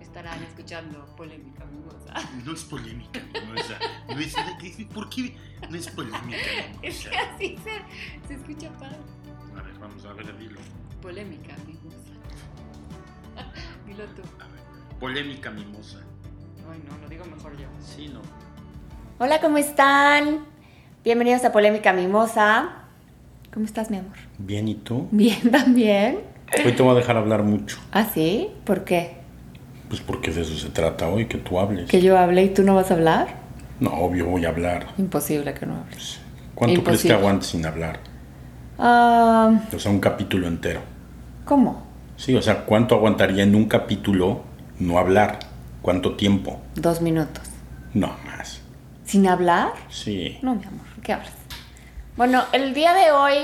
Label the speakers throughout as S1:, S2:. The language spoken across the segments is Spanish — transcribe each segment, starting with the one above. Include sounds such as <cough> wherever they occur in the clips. S1: estarán escuchando polémica mimosa. <laughs>
S2: No es polémica, mimosa. No es, ¿Por qué no es polémica,
S1: Es
S2: mimosa?
S1: que así se, se escucha padre.
S2: A ver, vamos a ver, dilo.
S1: Polémica mimosa. <laughs> Dilo tú.
S2: A ver. Polémica, mimosa.
S1: Ay, no, lo digo mejor yo.
S2: Sí, no.
S3: Hola, ¿cómo están? Bienvenidos a Polémica Mimosa. ¿Cómo estás, mi amor? <laughs>
S2: Bien, ¿y tú?
S3: Bien, también.
S2: Hoy te voy a dejar hablar mucho.
S3: ¿Ah, sí? ¿Por qué?
S2: Pues porque de eso se trata hoy, que tú hables.
S3: ¿Que yo hable y tú no vas a hablar?
S2: No, obvio, voy a hablar.
S3: Imposible que no hables.
S2: ¿Cuánto crees que
S3: Imposible.
S2: aguantes sin hablar?
S3: Ah,
S2: O sea, un capítulo entero.
S3: ¿Cómo?
S2: Sí, o sea, ¿cuánto aguantaría en un capítulo no hablar? ¿Cuánto tiempo?
S3: Dos minutos.
S2: No más.
S3: ¿Sin hablar?
S2: Sí.
S3: No, mi amor, ¿qué hablas? Bueno, el día de hoy,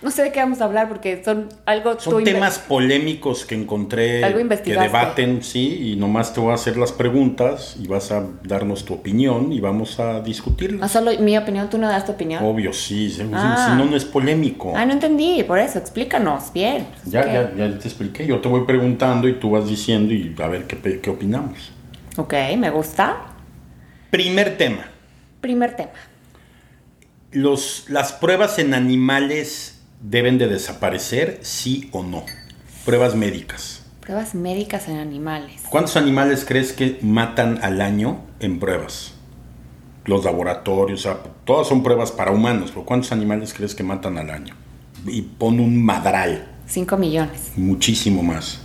S3: no sé de qué vamos a hablar porque son algo tú
S2: Son
S3: inve-
S2: temas polémicos que encontré
S3: Algo
S2: que
S3: investigaste.
S2: debaten, sí, y nomás te voy a hacer las preguntas y vas a darnos tu opinión y vamos a
S3: Ah,
S2: discutirlas.
S3: solo mi opinión, tú no das tu opinión.
S2: Obvio, sí, sí,
S3: Ah.
S2: si no, no es polémico.
S3: Ah, no entendí, por eso, explícanos, bien.
S2: ya,
S3: ¿Qué?
S2: ya, ya te expliqué, yo te voy preguntando y tú vas diciendo y a ver qué, pe- qué opinamos.
S3: Ok, me gusta.
S2: Primer tema,
S3: Primer tema.
S2: los, las pruebas en animales deben de desaparecer, sí o no. Pruebas médicas.
S3: Pruebas médicas en animales.
S2: ¿Cuántos animales crees que matan al año en pruebas? Los laboratorios, o sea, todas son pruebas para humanos, pero ¿cuántos animales crees que matan al año? Y pon un madral,
S3: 5 millones,
S2: muchísimo más,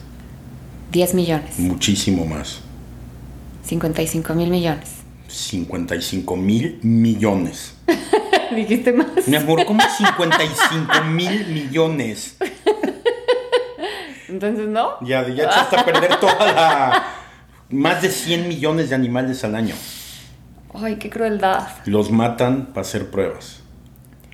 S3: 10 millones,
S2: muchísimo más.
S3: 55 mil millones. <laughs>
S2: 55 mil millones.
S3: Dijiste más.
S2: Mi amor, ¿cómo <laughs> 55 mil millones?
S3: Entonces, ¿no?
S2: Ya, ya echaste a perder toda la... Más de 100 millones de animales al año.
S3: Ay, qué crueldad.
S2: los matan para hacer pruebas.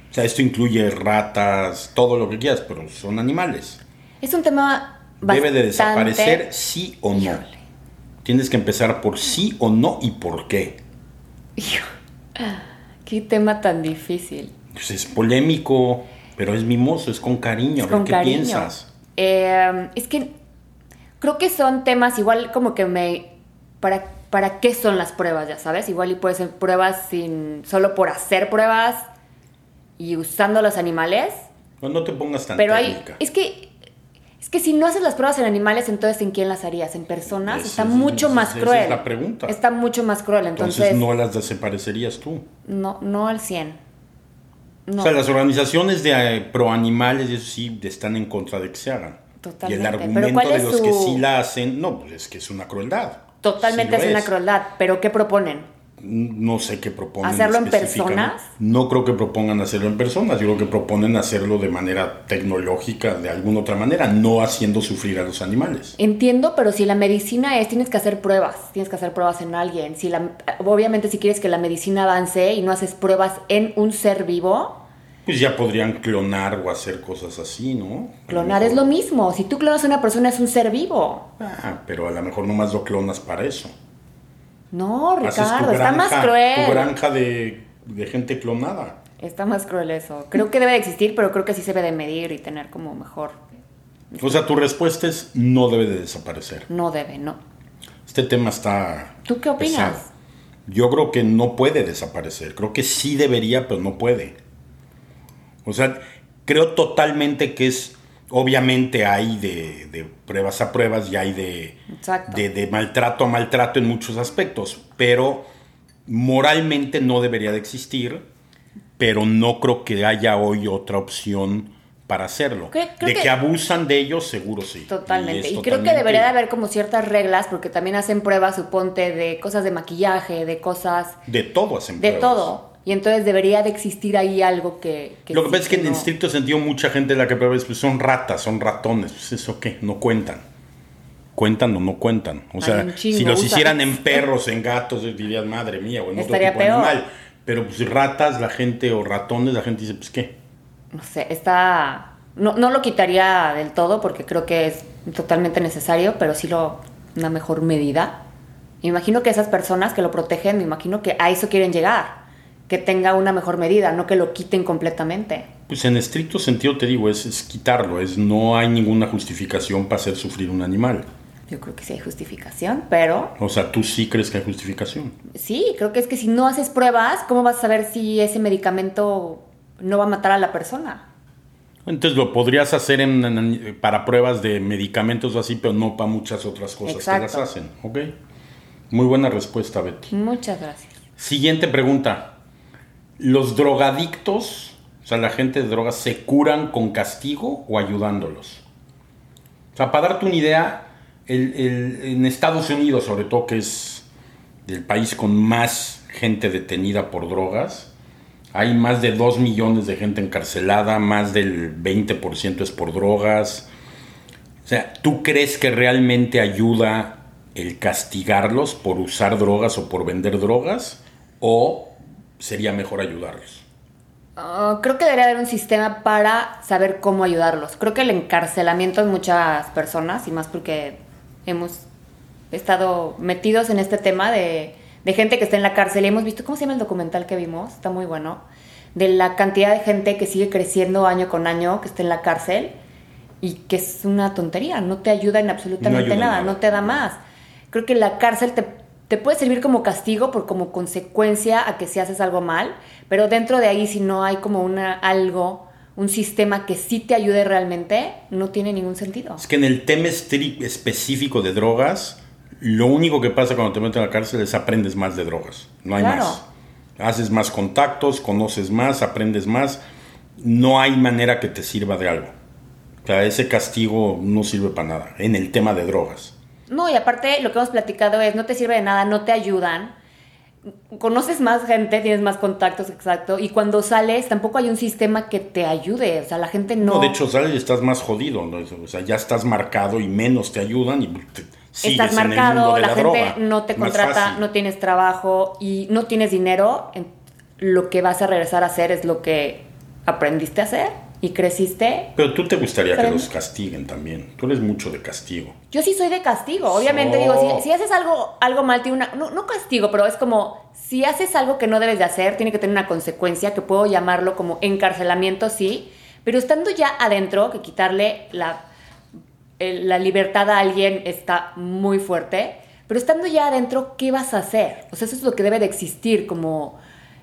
S2: O sea, esto incluye ratas, todo lo que quieras, pero son animales.
S3: Es un tema bastante...
S2: Debe de desaparecer sí o no.
S3: Híjole.
S2: Tienes que empezar por sí o no y por qué.
S3: Hijo, qué tema tan difícil.
S2: Pues es polémico, pero es mimoso, es con cariño. A ver
S3: Con
S2: ¿Qué
S3: cariño.
S2: piensas?
S3: Eh, es que creo que son temas igual como que me... Para, ¿Para qué son las pruebas, ya sabes? Igual y puede ser pruebas sin... Solo por hacer pruebas y usando los animales.
S2: No, no te pongas tan
S3: Pero hay...
S2: técnica.
S3: Es que... Es que si no haces las pruebas en animales, entonces ¿en quién las harías? ¿En personas?
S2: Ese
S3: Está
S2: es-
S3: mucho
S2: esa-
S3: más
S2: esa es
S3: cruel.
S2: la pregunta.
S3: Está mucho más cruel, entonces...
S2: Entonces, no las desaparecerías tú.
S3: no, no al 100. No.
S2: O sea, las organizaciones de eh, pro animales, eso sí, están en contra de que se hagan. Y
S3: Totalmente,
S2: el
S3: pero
S2: argumento
S3: ¿cuál
S2: de
S3: es
S2: los que
S3: su-
S2: sí la hacen, no, pues es que es una crueldad.
S3: Totalmente
S2: Sí
S3: es
S2: lo
S3: una crueldad, pero ¿qué proponen?
S2: No sé qué proponen.
S3: ¿Hacerlo en
S2: específicamente.
S3: personas?
S2: No creo que propongan hacerlo en personas. Yo creo que proponen hacerlo de manera tecnológica, de alguna otra manera, no haciendo sufrir a los animales.
S3: Entiendo, pero si la medicina es, tienes que hacer pruebas, tienes que hacer pruebas en alguien. Si la, obviamente si quieres que la medicina avance y no haces pruebas en un ser vivo,
S2: Pues ya podrían clonar o hacer cosas así, ¿no? A
S3: clonar es lo
S2: mejor-
S3: mismo. Si tú clonas a una persona es un ser vivo.
S2: Ah, pero a lo mejor nomás lo clonas para eso.
S3: No,
S2: Haces tu
S3: Ricardo, está
S2: granja-
S3: más
S2: Tu
S3: cruel.
S2: granja de, de gente clonada.
S3: Está más cruel eso. Creo que debe de existir, pero creo que sí se debe de medir y tener como mejor.
S2: O sea, tu respuesta es no debe de desaparecer.
S3: No debe, no.
S2: Este tema está.
S3: ¿Tú qué opinas?
S2: pesado. Yo creo que no puede desaparecer. Creo que sí debería, pero no puede. O sea, creo totalmente que es. Obviamente hay de, de pruebas a pruebas y hay de,
S3: Exacto.
S2: de, de maltrato a maltrato en muchos aspectos, pero moralmente no debería de existir, pero no creo que haya hoy otra opción para hacerlo.
S3: Creo- creo
S2: de que,
S3: que-
S2: abusan de ellos, seguro sí.
S3: Totalmente.
S2: es
S3: Y, creo que
S2: totalmente-
S3: debería de haber como ciertas reglas, porque también hacen pruebas, suponte, de cosas de maquillaje, de cosas,
S2: De todo hacen
S3: de
S2: pruebas.
S3: todo. Y entonces debería de existir ahí algo que...
S2: pues Lo que pasa es que en
S3: no.
S2: estricto sentido mucha gente la que prueba es, pues, son ratas, son ratones, pues eso qué, no cuentan. Cuentan o no cuentan. O sea,
S3: un chingo,
S2: si los
S3: usa. <laughs>
S2: hicieran en perros, en gatos, dirías, madre mía, o en otro
S3: Estaría
S2: tipo de
S3: peor.
S2: animal. Pero pues ratas, la gente, o ratones, la gente dice, pues qué.
S3: No sé, está... No, no lo quitaría del todo, porque creo que es totalmente necesario, pero sí lo... una mejor medida. Me imagino que esas personas que lo protegen, me imagino que a eso quieren llegar. Que tenga una mejor medida, no que lo quiten completamente.
S2: Pues en estricto sentido te digo, es, es quitarlo, es no hay ninguna justificación para hacer sufrir un animal.
S3: Yo creo que sí hay justificación, pero
S2: O sea, tú sí crees que hay justificación.
S3: sí, creo que es que si no haces pruebas, ¿cómo vas a saber si ese medicamento no va a matar a la persona?
S2: Entonces lo podrías hacer en- en- para pruebas de medicamentos o así, pero no para muchas otras cosas
S3: Exacto.
S2: que las hacen. Ok. Muy buena respuesta, Betty.
S3: Muchas gracias.
S2: Siguiente pregunta. ¿Los drogadictos, o sea, la gente de drogas, se curan con castigo o ayudándolos? O sea, para darte una idea, el- el- en Estados Unidos, sobre todo, que es el país con más gente detenida por drogas, hay más de 2 millones de gente encarcelada, más del 20% es por drogas. O sea, ¿tú crees que realmente ayuda el castigarlos por usar drogas o por vender drogas? ¿O sería mejor ayudarlos?
S3: Ah, creo que debería haber un sistema para saber cómo ayudarlos. Creo que el encarcelamiento en muchas personas, y más porque hemos estado metidos en este tema de, de gente que está en la cárcel y hemos visto, ¿cómo se llama el documental que vimos? Está muy bueno. De la cantidad de gente que sigue creciendo año con año, que está en la cárcel y que es una tontería, no te ayuda en absolutamente
S2: ayuda en
S3: nada,
S2: nada.
S3: no te da más. Creo que la cárcel te, te puede servir como castigo, por como consecuencia a que si haces algo mal, pero dentro de ahí si no hay como una, algo, un sistema que sí te ayude realmente, no tiene ningún sentido.
S2: Es que en el tema estri- específico de drogas, lo único que pasa cuando te meten a la cárcel es aprendes más de drogas. No hay
S3: Claro.
S2: más. Haces más contactos, conoces más, aprendes más. No hay manera que te sirva de algo. O sea, ese castigo no sirve para nada en el tema de drogas.
S3: No, y aparte lo que hemos platicado es, no te sirve de nada, no te ayudan, conoces más gente, tienes más contactos, exacto, y cuando sales tampoco hay un sistema que te ayude, o sea, la gente no...
S2: No, de hecho sales y estás más jodido, ¿no? o sea, ya estás marcado y menos te ayudan y te sigues
S3: Estás
S2: en el mundo
S3: marcado,
S2: de
S3: la,
S2: la,
S3: gente
S2: droga.
S3: no te
S2: Más
S3: contrata,
S2: fácil.
S3: no tienes trabajo y no tienes dinero, en- lo que vas a regresar a hacer es lo que aprendiste a hacer y creciste.
S2: Pero tú te gustaría que
S3: Pero-
S2: los castiguen también. Tú eres mucho de castigo.
S3: Yo sí soy de castigo, obviamente
S2: No.
S3: digo, si, si haces algo, algo mal, tiene una, no, no castigo, pero es como, si haces algo que no debes de hacer, tiene que tener una consecuencia, que puedo llamarlo como encarcelamiento, sí, pero estando ya adentro, que quitarle la el- la libertad a alguien está muy fuerte, pero estando ya adentro, ¿qué vas a hacer? O sea, eso es lo que debe de existir, como...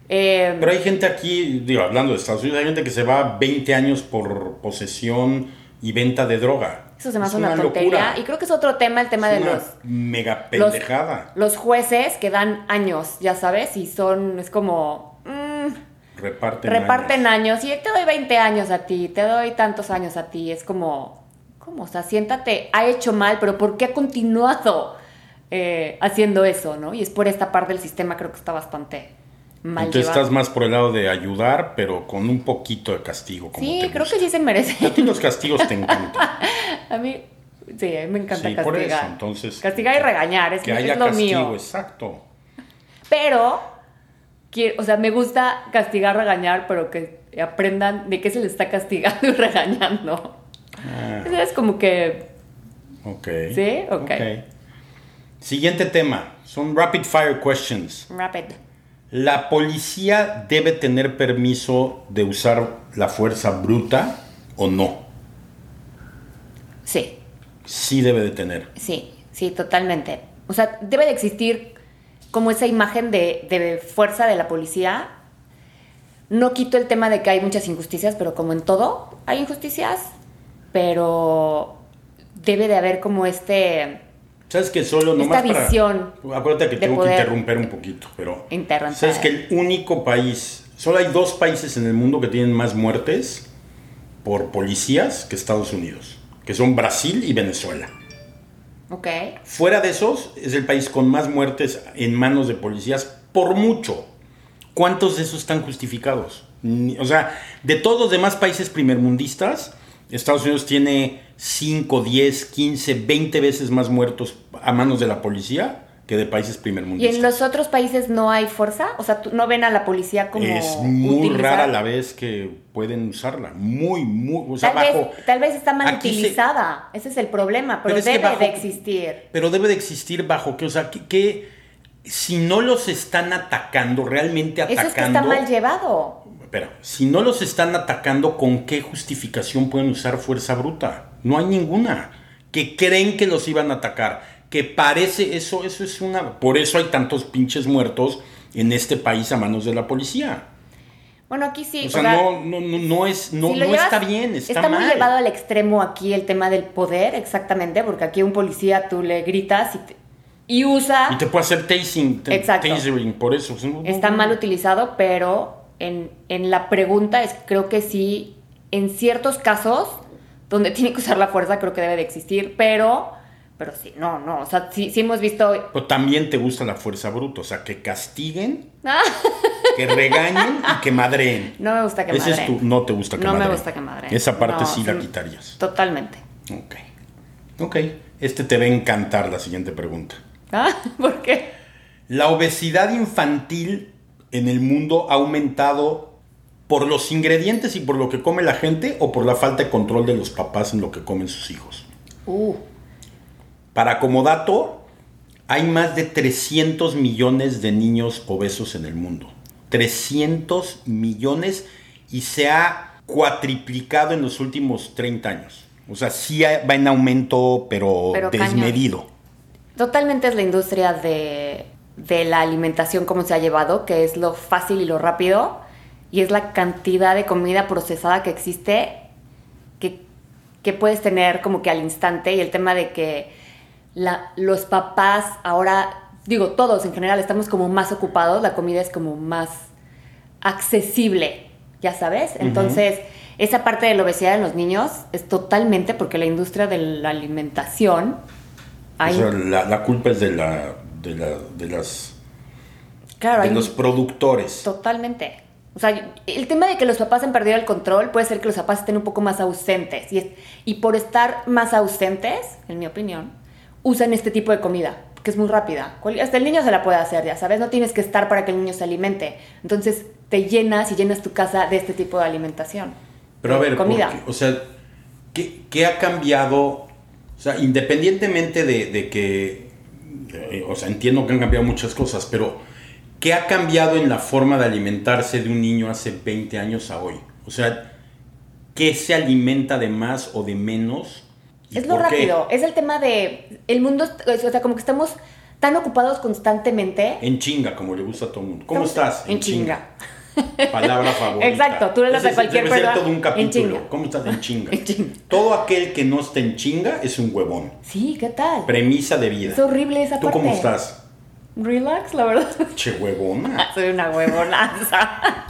S3: eh,
S2: Pero hay gente aquí, digo, hablando de Estados Unidos, hay gente que se va 20 años por posesión y venta de droga.
S3: eso se me
S2: Es
S3: hace una, tontería.
S2: locura.
S3: Y creo que es otro tema, el tema
S2: Es
S3: de
S2: una
S3: los...
S2: mega
S3: los-
S2: pendejada.
S3: Los, jueces que dan años, ya sabes, y son... Es como... mm,
S2: Reparten
S3: reparten
S2: años.
S3: años. y te doy 20 años a ti, te doy tantos años a ti. Es como... ¿Cómo? O sea, siéntate, ha hecho mal, pero ¿por qué ha continuado eh, haciendo eso, no? Y es por esta parte del sistema creo que está bastante mal
S2: Entonces
S3: llevado.
S2: estás más por el lado de ayudar, pero con un poquito de castigo. Como
S3: Sí,
S2: te
S3: creo
S2: gusta.
S3: que sí se
S2: A ti
S3: merece. <laughs>
S2: los castigos te encantan.
S3: A mí, sí, a mí me encanta
S2: sí,
S3: castigar.
S2: por eso. Entonces,
S3: castigar y regañar, es,
S2: que
S3: mi-
S2: haya
S3: es lo
S2: castigo,
S3: mío.
S2: exacto.
S3: Pero, quiero- o sea, me gusta castigar, regañar, pero que aprendan de qué se les está castigando y <laughs> regañando.
S2: Ah,
S3: Eso Es como que,
S2: ok.
S3: Sí, ok.
S2: Siguiente tema. Son rapid fire questions.
S3: rapid.
S2: ¿La policía debe tener permiso de usar la fuerza bruta o no?
S3: Sí,
S2: Sí debe de tener.
S3: Sí, sí, totalmente. O sea, debe de existir como esa imagen de, de fuerza de la policía. No quito el tema de que hay muchas injusticias, pero como en todo, hay injusticias, pero debe de haber como este...
S2: ¿Sabes que solo
S3: Esta
S2: nomás para-
S3: visión
S2: Acuérdate que
S3: de
S2: tengo
S3: poder.
S2: que interrumpir un poquito, pero...
S3: Interrumpa.
S2: ¿Sabes que el único país... Solo hay dos países en el mundo que tienen más muertes por policías que Estados Unidos, que son Brasil y Venezuela.
S3: Ok,
S2: Fuera de esos, es el país con más muertes en manos de policías por mucho. ¿Cuántos de esos están justificados? Ni- O sea, de todos los demás países primermundistas, Estados Unidos tiene 5, 10, 15, 20 veces más muertos a manos de la policía que de países
S3: ¿Y en
S2: primermundistas.
S3: los otros países no hay fuerza? O sea, ¿tú no ven a la policía como...
S2: Es muy
S3: utilizar-
S2: rara la vez que pueden usarla. Muy, muy. O sea,
S3: Tal vez,
S2: bajo-
S3: tal vez está mal
S2: Aquí se-
S3: utilizada. Ese es el problema, pero,
S2: Pero es que
S3: debe
S2: bajo-
S3: de existir.
S2: Pero debe de existir bajo que, o sea, que, que si no los están atacando, realmente
S3: Eso
S2: atacando.
S3: es que está mal llevado.
S2: Espera, si no los están atacando, ¿con qué justificación pueden usar fuerza bruta? No hay ninguna. que creen que los iban a atacar, que parece eso, eso es una... Por eso hay tantos pinches muertos en este país a manos de la policía.
S3: Bueno, aquí sí.
S2: O sea, no, no, no, no es, no,
S3: si lo
S2: no
S3: llevas-
S2: está bien, está,
S3: muy
S2: mal.
S3: llevado al extremo aquí el tema del poder, exactamente, porque aquí un policía tú le gritas y, te- y usa.
S2: Y te puede hacer tasing, te-
S3: Exacto.
S2: tasering, por eso.
S3: Está mal utilizado, pero en, en la pregunta es, creo que sí, en ciertos casos, donde <laughs> tiene que usar la fuerza, creo que debe de existir, pero, pero sí, no, no, o sea, sí, sí hemos visto...
S2: Pero también te gusta la fuerza bruta, o sea, que castiguen,
S3: Ah,
S2: que regañen y que madreen.
S3: <laughs> no me gusta que
S2: Ese es
S3: madreen.
S2: tu, no te gusta que
S3: No me
S2: madreen.
S3: gusta que madreen.
S2: Esa parte
S3: No,
S2: sí la
S3: sí.
S2: quitarías.
S3: Totalmente. <laughs>
S2: Ok. Ok. Este te va a encantar la siguiente pregunta.
S3: Ah, ¿Por qué?
S2: La obesidad infantil en el mundo ha aumentado por los ingredientes y por lo que come la gente o por la falta de control de los papás en lo que comen sus hijos.
S3: Uh,
S2: Para como dato, hay más de 300 millones de niños obesos en el mundo. 300 millones y se ha cuatriplicado en los últimos 30 años. O sea, sí ha- va en aumento, pero,
S3: Pero cañón.
S2: desmedido.
S3: Totalmente es la industria de, de la alimentación como se ha llevado, que es lo fácil y lo rápido, y es la cantidad de comida procesada que existe que, que puedes tener como que al instante, y el tema de que la- los papás ahora, digo todos en general, estamos como más ocupados, la comida es como más accesible, ya sabes, entonces... Esa parte de la obesidad en los niños es totalmente porque la industria de la alimentación ha
S2: O sea, la, la culpa es de, la, de, la- de las,
S3: Claro,
S2: de
S3: hay-
S2: los productores.
S3: totalmente. O sea, yo- el tema de que los papás han perdido el control puede ser que los papás estén un poco más ausentes. Y, es- y por estar más ausentes, en mi opinión, usan este tipo de comida, que es muy rápida. Cual- Hasta el niño se la puede hacer, ya sabes, no tienes que estar para que el niño se alimente. Entonces te llenas y llenas tu casa de este tipo de alimentación.
S2: Pero a
S3: de
S2: ver,
S3: Eh,
S2: ¿por
S3: comida.
S2: qué? o sea, ¿qué, qué ha cambiado? O sea, independientemente de, de que, eh, o sea, entiendo que han cambiado muchas cosas, pero ¿qué ha cambiado en la forma de alimentarse de un niño hace 20 años a hoy? O sea, ¿qué se alimenta de más o de menos? ¿Y
S3: Es lo
S2: por qué?
S3: rápido, es el tema de... El mundo, es- o sea, como que estamos tan ocupados constantemente.
S2: En chinga, como le gusta a todo el mundo. ¿Cómo
S3: Estamos-
S2: estás?
S3: En, chinga. <laughs>
S2: Palabra favorita.
S3: Exacto, tú le das a
S2: Ese
S3: cualquier
S2: debe ser
S3: persona,
S2: todo un
S3: en
S2: capítulo.
S3: chinga.
S2: ¿Cómo estás? En chinga.
S3: <laughs> En chinga.
S2: Todo aquel que no está en chinga es un huevón.
S3: Sí, ¿qué tal?
S2: Premisa de vida.
S3: Es horrible esa
S2: ¿Tú
S3: parte.
S2: cómo estás?
S3: Relax, la verdad.
S2: Che huevona.
S3: <laughs> Soy una huevonaza.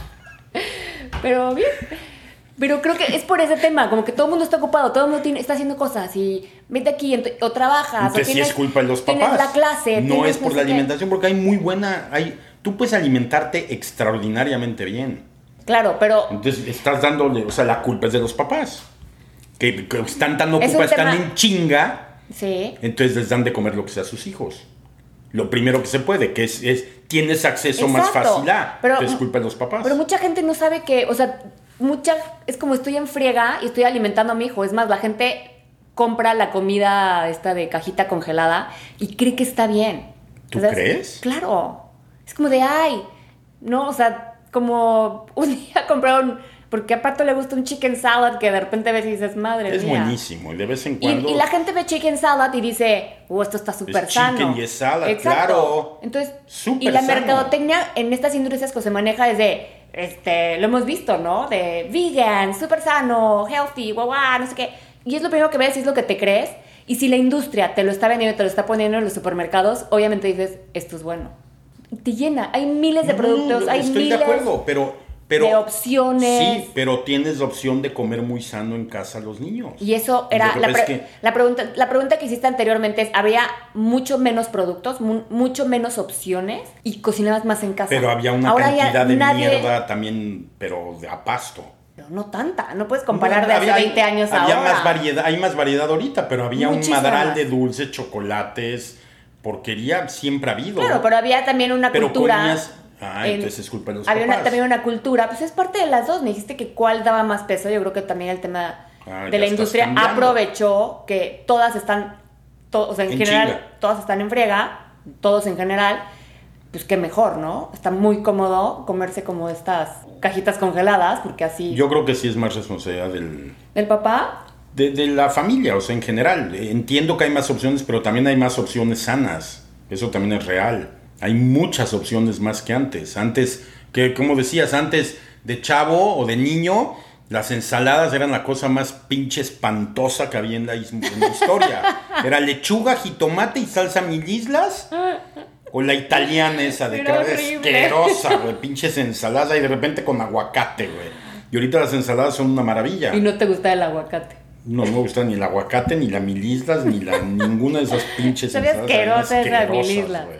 S3: Pero bien. Pero creo que es por ese tema, como que todo el mundo está ocupado, todo el mundo tiene- está haciendo cosas y vete aquí ento- o trabajas.
S2: Que
S3: ah, o
S2: sí
S3: tienes-
S2: es culpa de los
S3: tienes
S2: papás.
S3: la clase.
S2: No
S3: tienes
S2: es por
S3: sé
S2: la
S3: qué.
S2: alimentación, porque hay muy buena. Hay, tú puedes alimentarte extraordinariamente bien.
S3: Claro, pero
S2: Entonces estás dándole. O sea, la culpa es de los papás. Que, que están tan
S3: un
S2: ocupados, están
S3: tema-
S2: en chinga.
S3: sí,
S2: Entonces les dan de comer lo que sea a sus hijos. Lo primero que se puede, que es. es- tienes acceso más
S3: Exacto,
S2: fácil a.
S3: pero-
S2: Pero, es culpa de los papás.
S3: pero mucha gente no sabe que, o sea, mucha es como estoy en friega y estoy alimentando a mi hijo. Es más, la gente compra la comida esta de cajita congelada y cree que está bien.
S2: ¿Tú
S3: sea, es-
S2: crees?
S3: Claro. Es como de, ay, no, o sea, como un día <laughs> compraron, porque a Pato le gusta un chicken salad que de repente ves y dices, madre
S2: es
S3: mía.
S2: buenísimo. Y de vez en
S3: Y,
S2: cuando.
S3: y la gente ve chicken salad y dice, oh, esto está súper
S2: Es
S3: sano.
S2: chicken y es salad, claro.
S3: Entonces, y
S2: Súper
S3: la
S2: sano.
S3: mercadotecnia en estas industrias que se maneja es de, este, lo hemos visto, ¿no? De vegan, súper sano, healthy, guau, guau, no sé qué. Y es lo primero que ves y es lo que te crees. Y si la industria te lo está vendiendo y te lo está poniendo en los supermercados, obviamente dices, esto es bueno. Y te llena. Hay miles de
S2: No,
S3: productos,
S2: no,
S3: hay
S2: estoy
S3: miles
S2: de acuerdo, pero, pero
S3: de opciones.
S2: Sí, pero tienes la opción de comer muy sano en casa a los niños.
S3: Y eso
S2: Lo
S3: era
S2: que
S3: la,
S2: pasa es
S3: pre-
S2: que-
S3: la pregunta la pregunta que hiciste anteriormente es había mucho menos productos, mu- mucho menos opciones y cocinabas más en casa.
S2: pero había una
S3: Ahora ya
S2: cantidad de
S3: nadie-
S2: mierda también, pero de a pasto.
S3: Pero no tanta, no puedes comparar de hace
S2: Había-
S3: 20 años
S2: había
S3: ahora.
S2: Más variedad, hay más variedad ahorita, pero había
S3: Muchísima
S2: un madral
S3: más.
S2: de dulces, chocolates, porquería, siempre ha habido.
S3: Claro, pero había también una
S2: Pero
S3: cultura.
S2: comías- ah,
S3: en-
S2: entonces es culpa de los
S3: Había una-
S2: papás.
S3: también una cultura, pues es parte de las dos. Me dijiste que cuál daba más peso. Yo creo que también el tema
S2: Ah,
S3: de la
S2: ya estás
S3: industria
S2: cambiando.
S3: aprovechó que todas están, to- o sea, en,
S2: En
S3: general,
S2: chinga.
S3: todas están en frega, todos en general. Pues qué mejor, ¿no? Está muy cómodo comerse como estas cajitas congeladas, porque así.
S2: Yo creo que sí es más responsabilidad del,
S3: ¿Del papá?
S2: de, de la familia, o sea, en general. Entiendo que hay más opciones, pero también hay más opciones sanas. Eso también es real. Hay muchas opciones más que antes. Antes, que como decías, antes de chavo o de niño, las ensaladas eran la cosa más pinche espantosa que había en la, is- en la historia.
S3: <laughs>
S2: Era lechuga, jitomate y salsa mil islas. O la italiana esa de
S3: Era
S2: cara
S3: horrible.
S2: asquerosa, güey. Pinches ensaladas y de repente con aguacate, güey. Y ahorita las ensaladas son una maravilla.
S3: Y no te gusta el aguacate.
S2: No me gusta ni el aguacate, ni la milislas,
S3: <laughs>
S2: ni la ninguna de esas pinches
S3: Sabe asquerosa esa
S2: asquerosas,
S3: milisla.
S2: güey.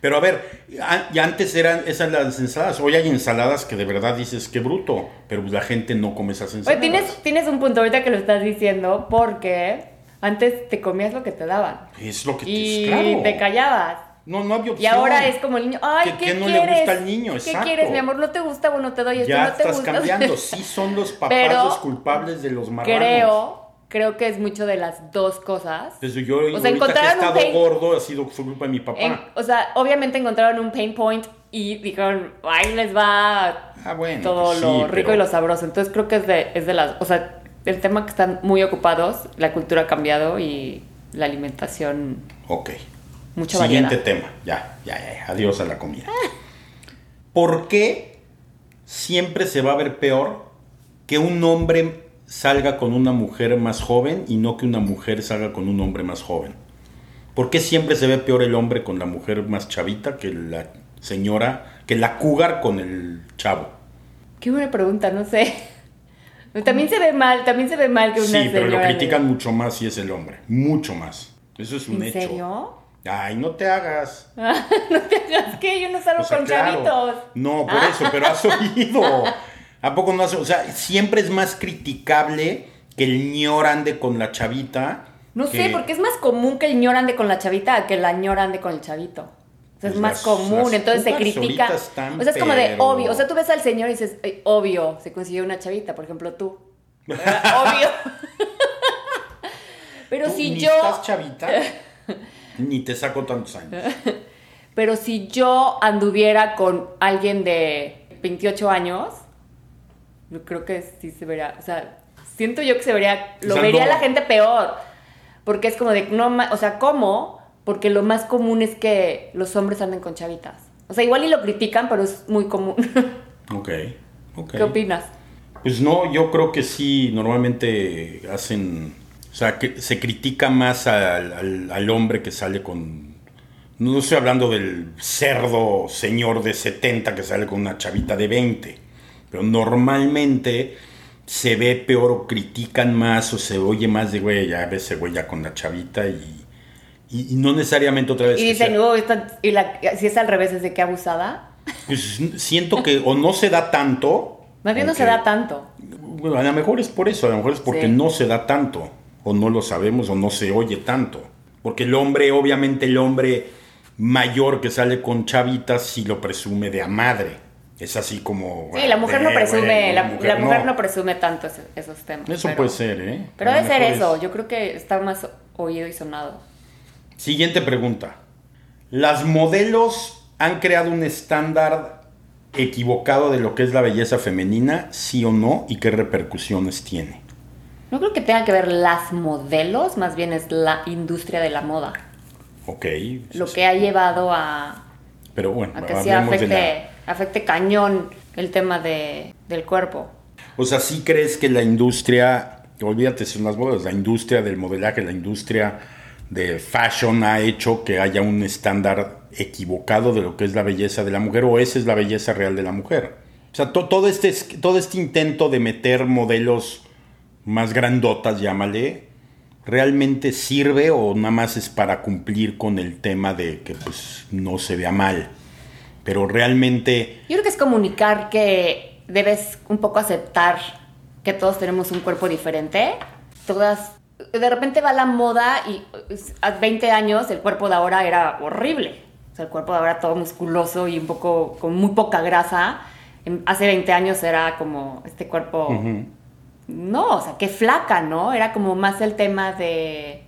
S2: Pero a ver, a- y antes eran esas las ensaladas. Hoy hay ensaladas que de verdad dices qué bruto, pero la gente no come esas
S3: Oye,
S2: ensaladas.
S3: tienes, tienes un punto ahorita que lo estás diciendo porque antes te comías lo que te daban
S2: Es lo que
S3: y
S2: te, claro.
S3: te callabas.
S2: No, no había
S3: Y
S2: opción.
S3: ahora es como el niño, ay,
S2: ¿Qué-
S3: ¿qué,
S2: qué no le
S3: quieres?
S2: gusta al niño?
S3: ¿Qué
S2: Exacto.
S3: quieres, mi amor? ¿No te gusta? Bueno, te doy esto,
S2: Ya
S3: no te
S2: estás
S3: gusta. <laughs>
S2: cambiando. Sí son los papás
S3: Pero
S2: los culpables de los marranos.
S3: creo, creo que es mucho de las dos cosas.
S2: Entonces yo
S3: sea,
S2: ahorita que he
S3: encontraron un
S2: estado
S3: fe-
S2: gordo, ha sido fue culpa de mi papá.
S3: En- o sea, obviamente encontraron un pain point y dijeron, ahí les va
S2: Ah, bueno,
S3: todo
S2: pues sí,
S3: lo rico
S2: pero-
S3: y lo sabroso. Entonces creo que es de, es de las, o sea, el tema que están muy ocupados, la cultura ha cambiado y la alimentación,
S2: Ok.
S3: mucha
S2: Siguiente
S3: variedad.
S2: tema. Ya, ya, ya, ya. Adiós a la comida. ¿Por qué siempre se va a ver peor que un hombre salga con una mujer más joven y no que una mujer salga con un hombre más joven? ¿Por qué siempre se ve peor el hombre con la mujer más chavita que la señora, que la cougar con el chavo?
S3: Qué buena pregunta, no sé. <laughs> También se ve mal, también se ve mal que una
S2: Sí, pero lo
S3: señora de-
S2: critican mucho más si es el hombre. Mucho más. Eso es un
S3: ¿En
S2: hecho.
S3: serio?
S2: Ay, no te hagas.
S3: Es que yo no salgo
S2: O sea,
S3: con
S2: claro.
S3: chavitos. Ah.
S2: No, por eso, pero has oído. ¿A poco no has O sea, siempre es más criticable que el ñor ande con la chavita.
S3: No
S2: que-
S3: sé, porque es más común que el ñor ande con la chavita a que la ñor ande con el chavito. O sea, es
S2: Pues
S3: más
S2: las-
S3: común,
S2: las
S3: entonces se
S2: putas
S3: critica.
S2: ahorita están,
S3: O sea, es como de
S2: pero-
S3: obvio. O sea, tú ves al señor y dices, "Ay, obvio, se consiguió una chavita, por ejemplo
S2: <laughs>
S3: tú. ¿Verdad? obvio. pero
S2: Tú
S3: si
S2: ni
S3: yo.
S2: estás
S3: <laughs>
S2: chavita, ni te saco tantos años.
S3: Pero si yo anduviera con alguien de 28 años, yo creo que sí se vería, o sea, siento yo que se vería,
S2: O
S3: lo
S2: sea,
S3: vería
S2: no.
S3: la gente peor, porque es como de, no, ma- o sea, ¿cómo? Porque lo más común es que los hombres anden con chavitas. O sea, igual y lo critican, pero es muy común. <laughs>
S2: Ok, ok.
S3: ¿Qué opinas?
S2: Pues no, yo creo que sí, normalmente hacen, o sea, que se critica más al, al- al hombre que sale con, no estoy hablando del cerdo señor de 70 que sale con una chavita de 20, pero normalmente se ve peor o critican más o se oye más de, güey, ya ves ese güey ya con la chavita y, y- y no necesariamente otra vez.
S3: Y
S2: que sea-
S3: dicen, "Oh, esta- y la- si es al revés, es de que abusada.
S2: Pues siento que o no se da tanto.
S3: Más bien no se
S2: aunque-
S3: da tanto.
S2: Bueno, a lo mejor es por eso, a lo mejor es porque
S3: Sí.
S2: no se da tanto, o no lo sabemos, o no se oye tanto. Porque el hombre, obviamente el hombre mayor que sale con chavitas, sí lo presume de a madre. Es así como...
S3: Sí, la mujer no
S2: "Eh, güey,
S3: presume, la, la mujer no.
S2: no".
S3: presume tanto ese- esos temas.
S2: Eso
S3: pero-
S2: puede ser, ¿eh?
S3: Pero
S2: A lo
S3: debe ser
S2: mejor
S3: eso,
S2: es-
S3: yo creo que está más oído y sonado.
S2: Siguiente pregunta. ¿Las modelos han creado un estándar equivocado de lo que es la belleza femenina, sí o no, y qué repercusiones tiene?
S3: No creo que tenga que ver las modelos, más bien es la industria de la moda,
S2: Ok.
S3: lo que ha llevado a,
S2: Pero bueno,
S3: a que sí
S2: hablemos de la...
S3: afecte, afecte cañón el tema de, del cuerpo.
S2: O sea, ¿sí crees que la industria, olvídate, son las bodas, la industria del modelaje, la industria de fashion ha hecho que haya un estándar equivocado de lo que es la belleza de la mujer o esa es la belleza real de la mujer? O sea, to- todo, este, es- todo este intento de meter modelos más grandotas, llámale, ¿realmente sirve o nada más es para cumplir con el tema de que pues no se vea mal? Pero realmente...
S3: Yo creo que es comunicar que debes un poco aceptar que todos tenemos un cuerpo diferente. Todas. De repente va la moda y eh, a 20 años el cuerpo de ahora era horrible. O sea, el cuerpo de ahora todo musculoso y un poco. con muy poca grasa. En- Hace 20 años era como este cuerpo.
S2: ujú.
S3: No, o sea, qué flaca, ¿no? Era como más el tema de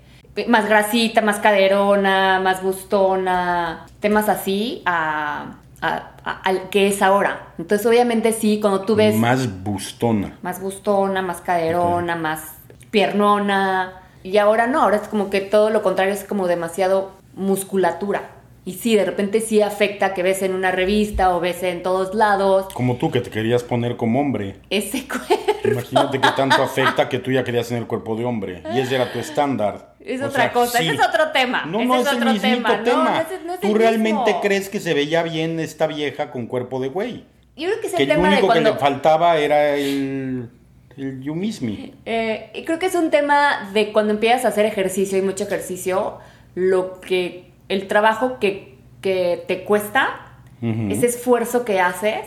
S3: más grasita, más caderona, más bustona, temas así a, a- a- al que es ahora. Entonces, obviamente sí, cuando tú ves más,
S2: Más bustona.
S3: bustona, más caderona, más piernona. Y ahora no, ahora es como que todo lo contrario, es como demasiado musculatura. Y sí, de repente sí afecta que ves en una revista o ves en todos lados
S2: Como tú que te querías poner como hombre.
S3: ese <laughs> cuerpo.
S2: Imagínate que tanto afecta que tú ya querías en el cuerpo de hombre. Y ese era tu estándar.
S3: Es
S2: O
S3: otra
S2: sea,
S3: cosa,
S2: sí.
S3: ese es otro tema.
S2: No,
S3: ese
S2: no es,
S3: es
S2: el
S3: otro
S2: mismito
S3: tema.
S2: tema.
S3: No, no es el- no es
S2: ¿Tú
S3: el
S2: realmente
S3: mismo.
S2: crees que se veía bien esta vieja con cuerpo de güey?
S3: Yo creo que es el
S2: Que lo
S3: tema de
S2: único que
S3: cuando...
S2: le faltaba era el, el you miss me.
S3: Eh, y creo que es un tema de cuando empiezas a hacer ejercicio y mucho ejercicio, lo que el trabajo que, que te cuesta,
S2: Ujú.
S3: ese esfuerzo que haces,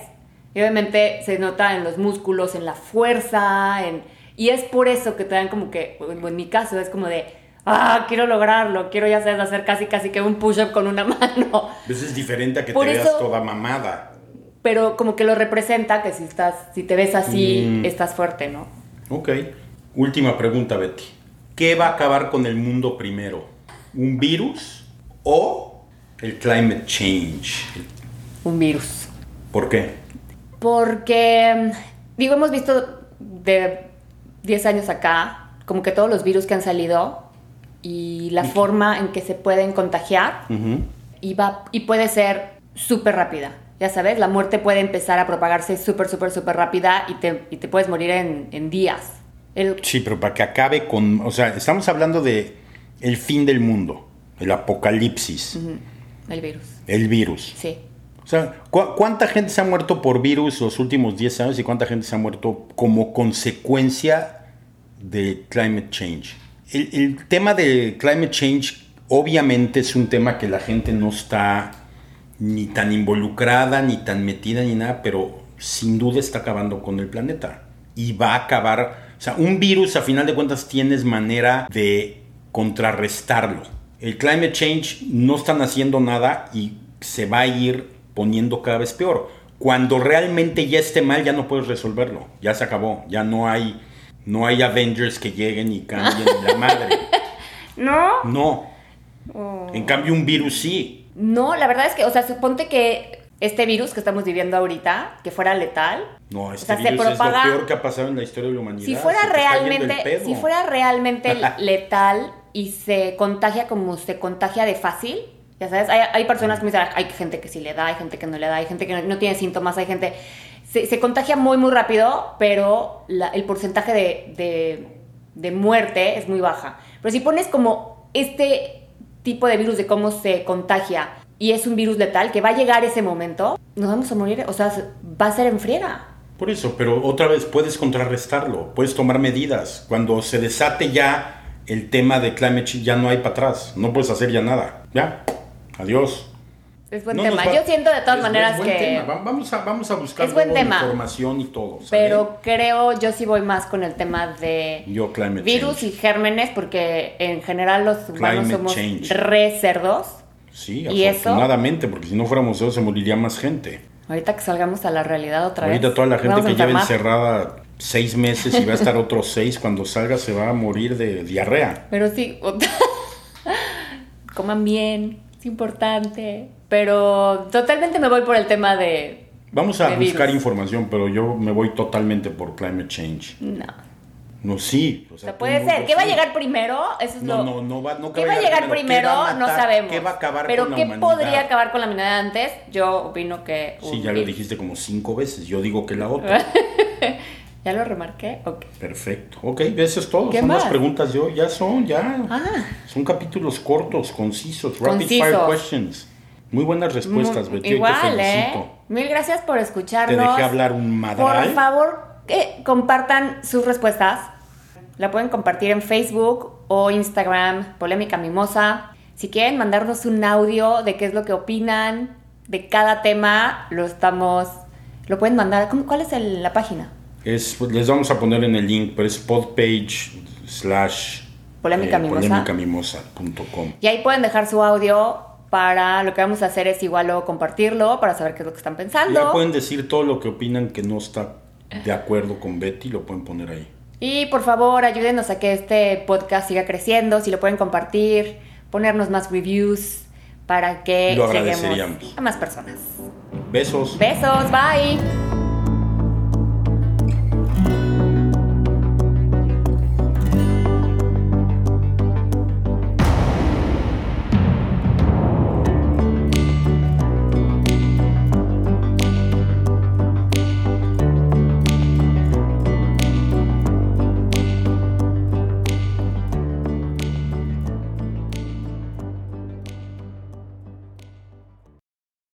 S3: y obviamente se nota en los músculos, en la fuerza, en, y es por eso que te dan como que, o en mi caso, es como de, ah, quiero lograrlo, quiero ya sabes hacer casi casi que un push-up con una <laughs> mano.
S2: Pues es diferente a que
S3: Por
S2: te
S3: eso-
S2: veas toda mamada.
S3: Pero como que lo representa que si estás, si te ves así,
S2: Mm.
S3: estás fuerte, ¿no?
S2: Ok. Última pregunta, Betty. ¿Qué va a acabar con el mundo primero? ¿Un virus o el climate change?
S3: Un virus.
S2: ¿Por qué?
S3: Porque, digo, hemos visto de 10 años acá, como que todos los virus que han salido y la forma en que se pueden contagiar
S2: Ujú.
S3: y, va, y puede ser súper rápida. Ya sabes, la muerte puede empezar a propagarse súper, súper, súper rápida y te, y te puedes morir en, en días. El,
S2: Sí, pero para que acabe con, o sea, estamos hablando de el fin del mundo, el apocalipsis,
S3: el virus,
S2: el virus.
S3: sí.
S2: O sea, ¿cu- ¿cuánta gente se ha muerto por virus los últimos 10 años y cuánta gente se ha muerto como consecuencia de climate change? El, el tema de climate change obviamente es un tema que la gente no está ni tan involucrada, ni tan metida, ni nada, pero sin duda está acabando con el planeta. Y va a acabar, o sea, un virus a final de cuentas tienes manera de contrarrestarlo. El climate change no están haciendo nada y se va a ir poniendo cada vez peor. Cuando realmente ya esté mal, ya no puedes resolverlo. Ya se acabó. Ya no hay, no hay Avengers que lleguen y cambien
S3: <laughs>
S2: la madre.
S3: ¿No?
S2: No.
S3: Oh.
S2: En cambio, un virus sí.
S3: No, la verdad es que, o sea, suponte que este virus que estamos viviendo ahorita, que fuera letal,
S2: No, este
S3: sea, se
S2: virus
S3: propaga-
S2: es lo peor que ha pasado en la historia de la humanidad.
S3: si fuera
S2: Se te está yendo el
S3: realmente,
S2: pedo.
S3: si fuera
S2: <laughs>
S3: realmente letal y se contagia como se contagia de fácil, ya sabes, hay, hay personas que me dicen, hay gente que sí le da, hay gente que no le da, hay gente que no, no tiene síntomas, hay gente... Se, se contagia muy, muy rápido, pero la- el porcentaje de, de- de muerte es muy baja. Pero si pones como este tipo de virus de cómo se contagia y es un virus letal, que va a llegar ese momento, nos vamos a morir, o sea, se- va a ser en friega.
S2: Por eso, pero otra vez puedes contrarrestarlo, puedes tomar medidas. Cuando se desate ya el tema de climate change, ya no hay para atrás, no puedes hacer ya nada. Ya, adiós.
S3: Es buen
S2: No nos
S3: tema.
S2: va-
S3: Yo siento de todas
S2: Es buen-
S3: maneras
S2: buen
S3: que...
S2: tema. Va- Vamos a, vamos a buscar
S3: Es buen
S2: luego
S3: tema.
S2: información y todo. ¿sale?
S3: Pero creo, yo sí voy más con el tema de
S2: yo climate
S3: virus
S2: change.
S3: y gérmenes, porque en general los humanos
S2: Climate
S3: somos
S2: change.
S3: re cerdos.
S2: Sí,
S3: ¿Y eso?
S2: afortunadamente, porque si no fuéramos eso se moriría más gente.
S3: Ahorita que salgamos a la realidad otra vez.
S2: Ahorita toda la gente
S3: vamos a
S2: que lleva
S3: enfermar.
S2: encerrada seis meses y va a estar otros seis, cuando salga se va a morir de diarrea.
S3: Pero sí, <laughs> o- coman bien, es importante. Pero totalmente me voy por el tema de.
S2: Vamos a
S3: De
S2: buscar
S3: virus.
S2: información, pero yo me voy totalmente por climate change.
S3: No.
S2: No, sí.
S3: O sea, puede ser. ¿Qué va a llegar primero? Eso es
S2: No,
S3: lo.
S2: no, no va, no que
S3: ¿Qué va a llegar
S2: ¿Qué
S3: primero?
S2: va a
S3: No
S2: matar?
S3: sabemos.
S2: ¿Qué va a acabar
S3: Pero
S2: con la
S3: ¿qué
S2: humanidad?
S3: podría acabar con la humanidad antes? Yo opino que.
S2: Sí,
S3: un
S2: ya lo
S3: virus.
S2: dijiste como cinco veces. Yo digo que la
S3: Ah.
S2: otra.
S3: ¿Ya lo remarqué? Ok.
S2: Perfecto. Ok, eso es todo.
S3: ¿Qué
S2: Son las
S3: más?
S2: preguntas de hoy. Ya son, ya.
S3: Ah.
S2: Son capítulos cortos, concisos. Rapid fire
S3: Concisos.
S2: questions. Muy buenas respuestas,
S3: Mu-
S2: Betty. Hoy te
S3: Igual,
S2: felicito.
S3: ¿eh? Mil gracias por
S2: Te
S3: escucharnos.
S2: dejé hablar un madral.
S3: Por favor, que compartan sus respuestas. La pueden compartir en Facebook o Instagram, Polémica Mimosa. Si quieren mandarnos un audio de qué es lo que opinan de cada tema, lo estamos... Lo pueden mandar... ¿Cómo- ¿Cuál es el- la página?
S2: Es- pues, les vamos a poner en el link, pero es podpage slash eh,
S3: Polémica Mimosa.
S2: polémicamimosa.com.
S3: Y ahí pueden dejar su audio para... Lo que vamos a hacer es igual luego compartirlo para saber qué es lo que están pensando.
S2: Ya pueden decir todo lo que opinan que no está de acuerdo con Betty, lo pueden poner ahí.
S3: Y por favor, ayúdenos a que este podcast siga creciendo. Si lo pueden compartir, ponernos más reviews para que
S2: Lo
S3: lleguemos
S2: agradeceríamos.
S3: a más personas.
S2: Besos.
S3: Besos, bye.